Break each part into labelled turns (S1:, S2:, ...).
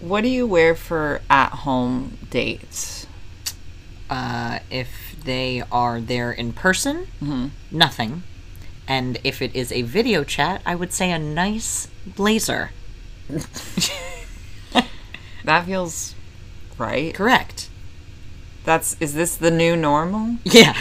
S1: What do you wear for at home dates?
S2: Uh, if they are there in person, nothing. And if it is a video chat, I would say a nice blazer.
S1: That feels right.
S2: Correct.
S1: That's is this the new normal?
S2: Yeah,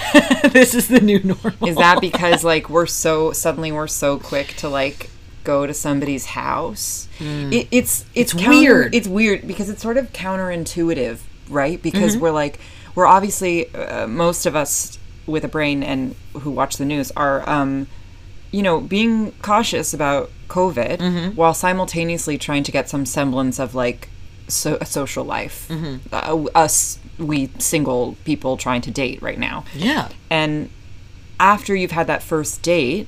S2: this is the new normal.
S1: Is that because like we're so suddenly we're so quick to like go to somebody's house? It, it's it's,
S2: It's
S1: counter-
S2: weird.
S1: It's weird because it's sort of counterintuitive, right? Because we're like we're obviously uh, most of us with a brain and who watch the news are um you know being cautious about COVID while simultaneously trying to get some semblance of like so- a social life. Uh, us we single people trying to date right now.
S2: yeah.
S1: And after you've had that first date,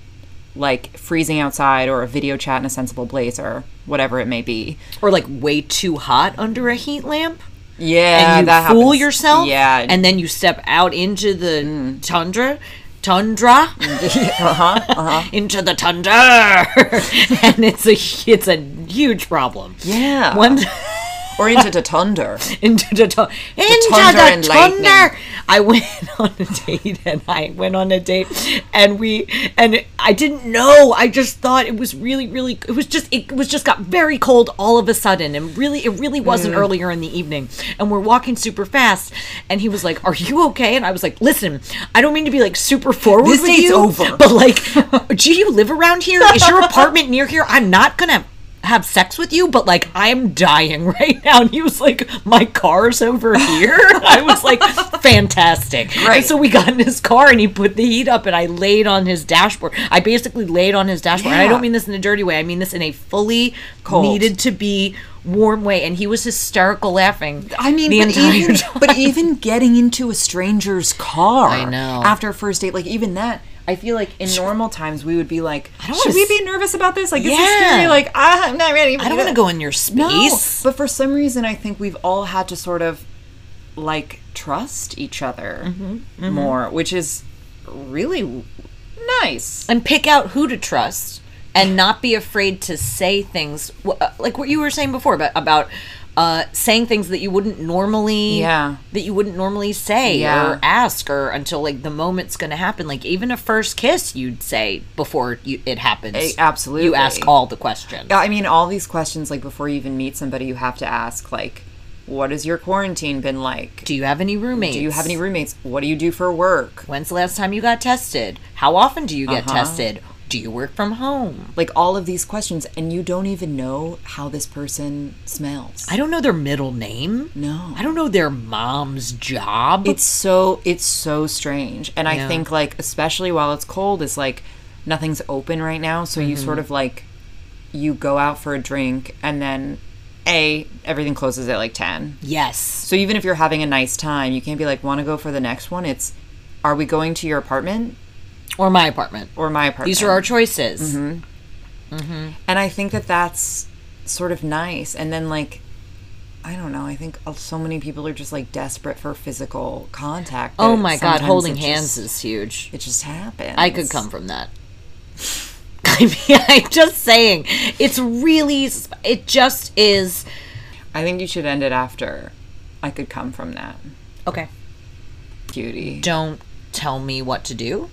S1: like freezing outside or a video chat in a sensible blazer, whatever it may be.
S2: Or like way too hot under a heat lamp.
S1: Yeah,
S2: and you
S1: that
S2: fool
S1: happens.
S2: yourself.
S1: Yeah,
S2: And then you step out into the tundra. Tundra,
S1: uh-huh, uh-huh.
S2: into the tundra, and it's a it's a huge problem.
S1: Yeah.
S2: one
S1: or into the thunder.
S2: into the tu- into
S1: thunder
S2: the
S1: and lightning.
S2: thunder. I went on a date and I went on a date and we and I didn't know. I just thought it was really really it was just it was just got very cold all of a sudden and really it really
S1: Mm.
S2: wasn't earlier in the evening. And we're walking super fast and he was like, "Are you okay?" And I was like, "Listen, I don't mean to be like super forward
S1: This
S2: with
S1: date's
S2: you,
S1: over."
S2: but like do you live around here? Is your apartment near here? I'm not going to have sex with you, but like I'm dying right now. And he was like, My car's over here. I was like, fantastic.
S1: Right.
S2: And so we got in his car and he put the heat up and I laid on his dashboard. I basically laid on his dashboard. And I
S1: Yeah.
S2: don't mean this in a dirty way. I mean this in a fully
S1: Cold.
S2: needed to be warm way. And he was hysterical laughing.
S1: I mean,
S2: the
S1: but
S2: entire
S1: even
S2: time.
S1: but even getting into a stranger's car, I
S2: know.
S1: after a first date, like even that. I feel like in normal times we would be like,
S2: don't
S1: should
S2: wanna
S1: we
S2: s-
S1: be nervous about this? Like, this is
S2: Yeah.
S1: scary. Like, I'm not ready.
S2: I don't want to go in your space.
S1: No, but for some reason, I think we've all had to sort of like trust each other
S2: Mm-hmm,
S1: more, which is really w- nice.
S2: and pick out who to trust and not be afraid to say things wh- uh, like what you were saying before about about uh, saying things that you wouldn't normally
S1: Yeah.
S2: that you wouldn't normally say
S1: Yeah.
S2: or ask or until like the moment's going to happen like even a first kiss you'd say before you, it happens
S1: A- absolutely.
S2: you ask all the questions
S1: I mean, all these questions, like before you even meet somebody, you have to ask, like, what has your quarantine been like?
S2: do you have any roommates
S1: Do you have any roommates? What do you do for work?
S2: when's the last time you got tested how often do you get
S1: Uh-huh.
S2: tested do you work from home
S1: Like all of these questions, and you don't even know how this person smells.
S2: i don't know their middle name
S1: No.
S2: i don't know their mom's job
S1: it's so it's so strange and i
S2: Yeah.
S1: think like especially while it's cold it's like nothing's open right now so
S2: Mm-hmm.
S1: you sort of like you go out for a drink and then a everything closes at like 10
S2: yes
S1: so even if you're having a nice time you can't be like want to go for the next one it's are we going to your apartment
S2: or my apartment.
S1: or my apartment
S2: These are our choices.
S1: Mm-hmm. and i think that that's sort of nice and then like I don't know. I think so many people are just like desperate for physical contact.
S2: Oh
S1: that
S2: my god,
S1: sometimes
S2: holding
S1: it just-
S2: hands is huge.
S1: It just happens.
S2: I could come from that. I mean, I'm just saying, it's really, s- it just is.
S1: I think you should end it after I could come from that,
S2: Okay.
S1: cutie.
S2: Don't tell me what to do.